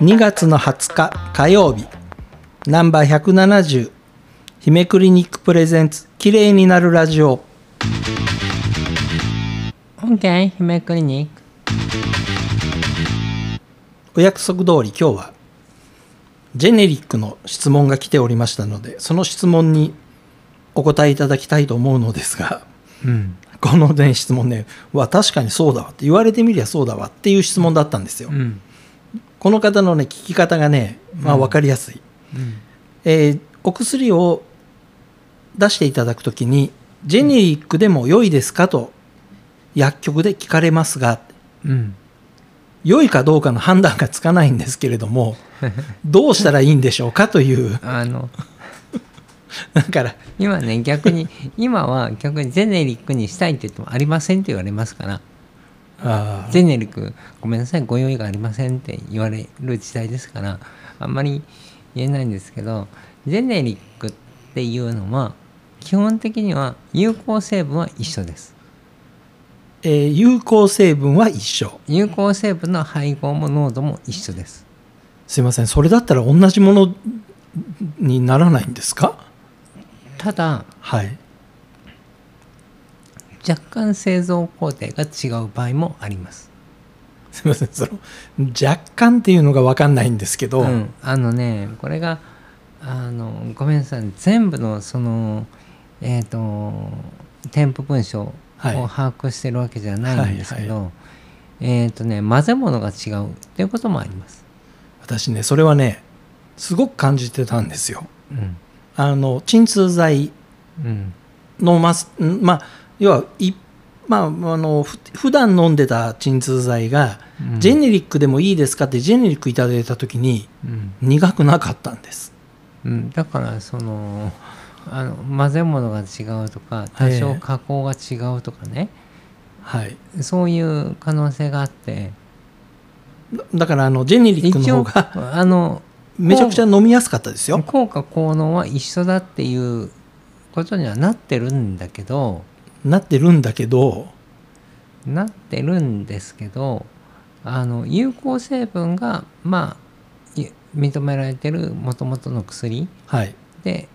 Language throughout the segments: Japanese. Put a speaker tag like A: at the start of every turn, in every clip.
A: 2月の20日火曜日ナンバー170姫クリニックプレゼンツ綺麗になるラジオ
B: OK 姫クリニック
A: お約束通り今日はジェネリックの質問が来ておりましたのでその質問にお答えいただきたいと思うのですが
B: うん
A: このね質問ねうわ確かにそうだわって言われてみりゃそうだわっていう質問だったんですよ、
B: うん
A: この方のね聞き方がね、まあ、分かりやすい、
B: うん
A: えーお薬を出していただくときにジェネリックでも良いですかと薬局で聞かれますが
B: うん
A: 良いかどうかの判断がつかないんですけれど もどうしたらいいんでしょうかという
B: あの
A: だから
B: 今ね逆に今は逆にジェネリックにしたいって言ってもありませんって言われますから
A: あー
B: ジェネリックごめんなさいご用意がありませんって言われる時代ですからあんまり言えないんですけどジェネリックっていうのは基本的には有効成分は一緒です
A: えー有効成分は一緒
B: 有効成分の配合も濃度も一緒です
A: すいませんそれだったら同じものにならないんですか
B: ただ
A: はい
B: 若干製造工程が違う場合もあります
A: すいませんその若干っていうのが分かんないんですけど、
B: うん、あのねこれがあのごめんなさい全部のそのえっ、と添付文章を
A: はい
B: 把握してるわけじゃないんですけど、
A: は
B: えっ、とね混ぜ物が違うっていうこともあります。
A: 私ねそれはねすごく感じてたんですよ
B: うん
A: あの鎮痛剤
B: うん
A: 飲ますんまあ要はいまあ、あのふ普段飲んでた鎮痛剤が、
B: うん
A: ジェネリックでもいいですかってジェネリックいただいた時に
B: うん
A: 苦くなかったんです
B: うん、だからそのあの混ぜ物が違うとか多
A: え
B: 少
A: え
B: 加工が違うとかね、
A: はい
B: そういう可能性があって
A: だだからあのジェネリックの
B: 一
A: 方
B: 応
A: が
B: あの
A: めちゃくちゃ飲みやすかったですよ
B: 効果効能は一緒だっていうことにはなってるんだけど
A: なってるんだけど
B: なってるんですけどあの有効成分がまあい認められてるもともとの薬
A: はい
B: で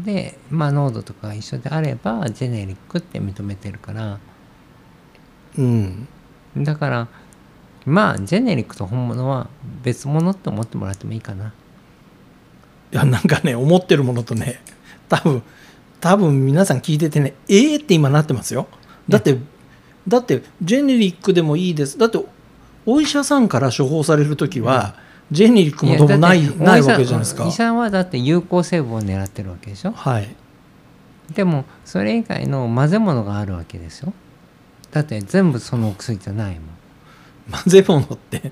B: で、まあ、濃度とかが一緒であればジェネリックって認めてるから
A: うん
B: だからまあジェネリックと本物は別物って思ってもらってもいいかな。
A: いやなんかね思ってるものとね多分多分皆さん聞いててねええって今なってますよだって、だってジェネリックでもいいですだってお医者さんから処方される時は、ジェネリックもどうもない
B: やだって
A: ない
B: お医者
A: わけじゃないですか
B: 医者はだって有効成分を狙ってるわけでしょ
A: はい
B: でもそれ以外の混ぜ物があるわけですよだって全部そのお薬じゃないも
A: 混ぜ物って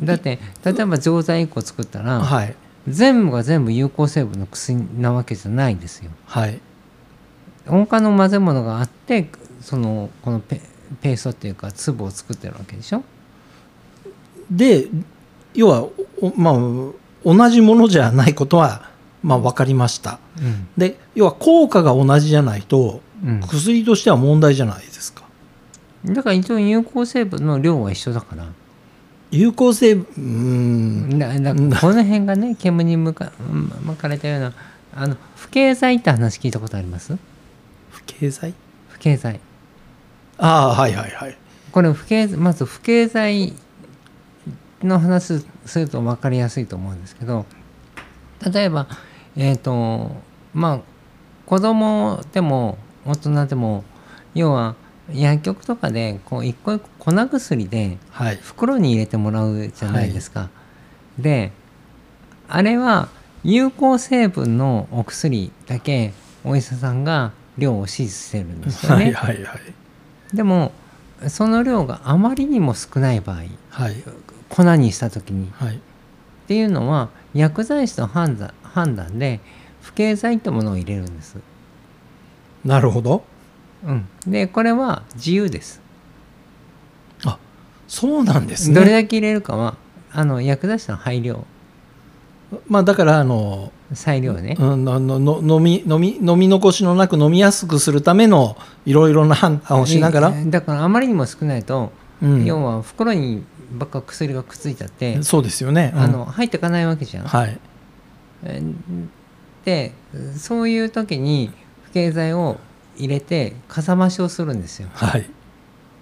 B: んだって例えば錠剤1個作ったら、
A: はい
B: 全部が全部有効成分の薬なわけじゃないですよ
A: はい
B: 他の混ぜ物があってそのこのペペーストっていうか粒を作ってるわけでしょ
A: で要はおまあ同じものじゃないことはまあ分かりました
B: うん
A: で要は効果が同じじゃないと
B: う
A: 薬としては問題じゃないですか
B: ん、だから一応有効成分の量は一緒だから
A: 有効性うーん
B: だだこの辺がね煙に向か巻かれたようなあの不経剤って話聞いたことあります
A: 不経済
B: 不経剤
A: ああはいはいはい
B: これ不経まず不経済の話すると分かりやすいと思うんですけど例えばえっ、とまあ子供でも大人でも要は薬局とかでこう一個一個粉薬で
A: はい
B: 袋に入れてもらうじゃないですか。であれは有効成分のお薬だけお医者さんが量を指示してるんですよね。
A: はいはいはい
B: でもその量があまりにも少ない場合
A: はい
B: 粉にした時にっ
A: はい
B: ていうのは薬剤師の判断判断で不経剤ってものを入れるんです、
A: なるほど
B: うん、でこれは自由です
A: そうなんですね
B: どれだけ入れるかはあの薬剤師の配慮
A: まあだからあの、
B: 裁量ね、
A: うん、ののの飲み飲み飲み残しのなく飲みやすくするためのいろいろな判断をしながら、
B: えーだからあまりにも少ないと、
A: うん
B: 要は袋にばっか薬がくっついちゃって、
A: そうですよね。うん
B: あの入っていかないわけじゃん。
A: はい
B: えーでそういう時に不敬剤を入れてかさ増しをするんですよ。
A: はい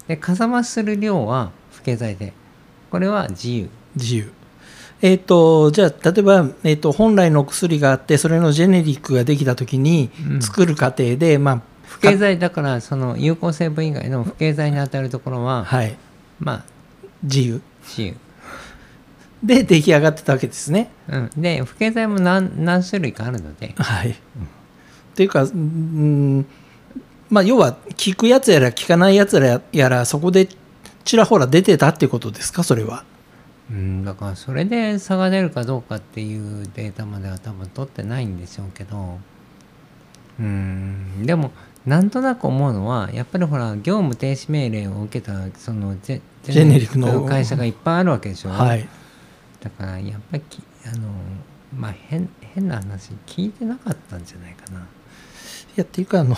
B: でかさ増しする量は不敬剤でこれは自由。
A: 自由。えっ、とじゃあ例えば、えー、と本来の薬があってそれのジェネリックができた時に
B: うん
A: 作る過程で、ま
B: 不敬剤だからその有効成分以外の不敬剤に当たるところ
A: あ
B: は、
A: はい
B: まあ
A: 自由
B: 自由。
A: で出来上がってたわけですね。
B: うん、で不敬剤も何何種類かあるので、
A: はい、っていうか、うんまあ、要は聞くやつやら聞かないやつやらやらそこでちらほら出てたっていうことですかそれは。
B: うん、だからそれで差が出るかどうかっていうデータまでは多分取ってないんでしょうけどうんでもなんとなく思うのはやっぱりほら業務停止命令を受けたそのジェ
A: ジェネリックの
B: ジェ会社がいっぱいあるわけでしょ、
A: はい、
B: だからやっぱりきあのまあ変変な話聞いてなかったんじゃないかな。
A: いやっていうかあ の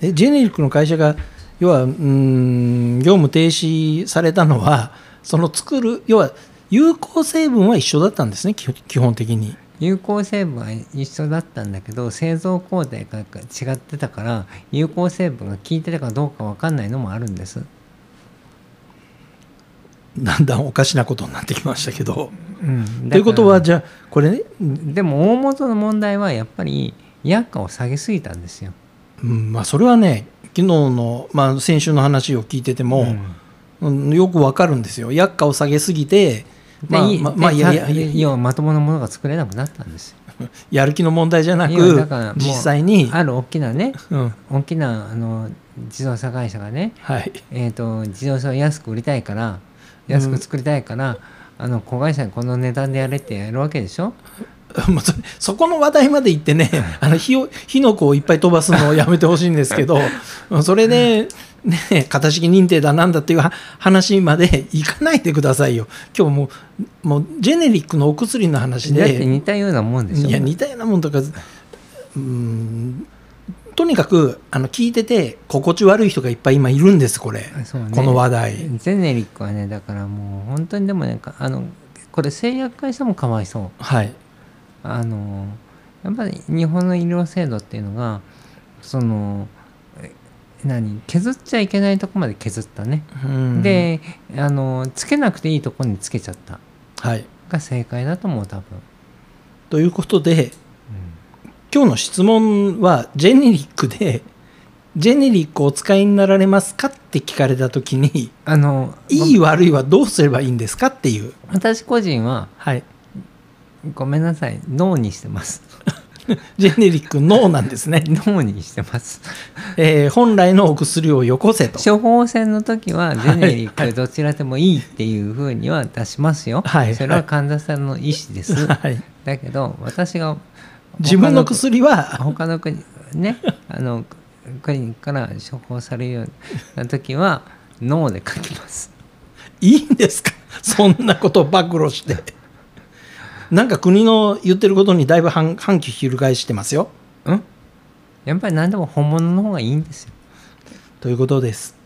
A: えジェネリックの会社が要はうん業務停止されたのはその作る要は有効成分は一緒だったんですね基基本的に。
B: 有効成分は一緒だったんだけど製造工程が違ってたから有効成分が効いてたかどうか分かんないのもあるんです。
A: だんだんおかしなことになってきましたけど。
B: うん
A: ということはじゃあこれね、
B: でも大元の問題はやっぱり薬価を下げすぎたんですよ。
A: うんまあ、それはね昨日の、まあ、先週の話を聞いてても、
B: ん
A: うんよくわかるんですよ薬価を下げすぎて、
B: で
A: まあ
B: いい
A: まあまあ
B: で
A: や
B: さ
A: や
B: 要はまともなものが作れなくなったんですよ。
A: やる気の問題じゃない
B: やだ
A: く
B: からもう
A: 実際に、
B: ある大きなね
A: うん
B: 大きなあの自動車会社がね、
A: はい、
B: えー、と自動車を安く売りたいから安く作りたいから、あの子会社にこの値段でやれってやるわけでしょ。
A: もうそれそこの話題まで行ってねあの火を火の粉をいっぱい飛ばすのをやめてほしいんですけどそれで、ね、型式認定だなんだっていうは話まで行かないでくださいよ今日もうもうジェネリックのお薬の話
B: だって
A: で
B: 似たようなもんでしょ。
A: いや似たようなもんとかうんとにかくあの聞いてて心地悪い人がいっぱい今いるんですこれ、
B: そうね
A: この話題
B: ジェネリックはねだからもう本当にでもねかあのこれ製薬会社もかわいそう
A: はい
B: あのやっぱり日本の医療制度っていうのがそのえ何削っちゃいけないとこまで削ったね、
A: うん
B: であのつけなくていいとこにつけちゃった
A: はい
B: が正解だと思う多分、
A: ということで今日の質問はジェネリックで ジェネリックをお使いになられますかって聞かれた時に
B: あの
A: いい悪いはどうすればいいんですかっていう
B: ご私個人は
A: はい
B: ごめんなさい脳にしてます
A: ジェネリックノーなんですね、
B: 脳にしてます
A: えー本来のお薬をよこせと
B: 処方箋の時はジェネリックどちらでもいいっていうふうには出しますよ、
A: はい
B: それは患者さんの意思です、
A: はい
B: だけど私が
A: 自分の薬は
B: 他の国ねあのクリニックから処方されるような時は脳で書きます
A: いいんですか そんなこと暴露して。なんか国の言ってることにだいぶ反反旗翻してますよ。
B: うんやっぱり何でも本物の方がいいんですよ
A: ということです。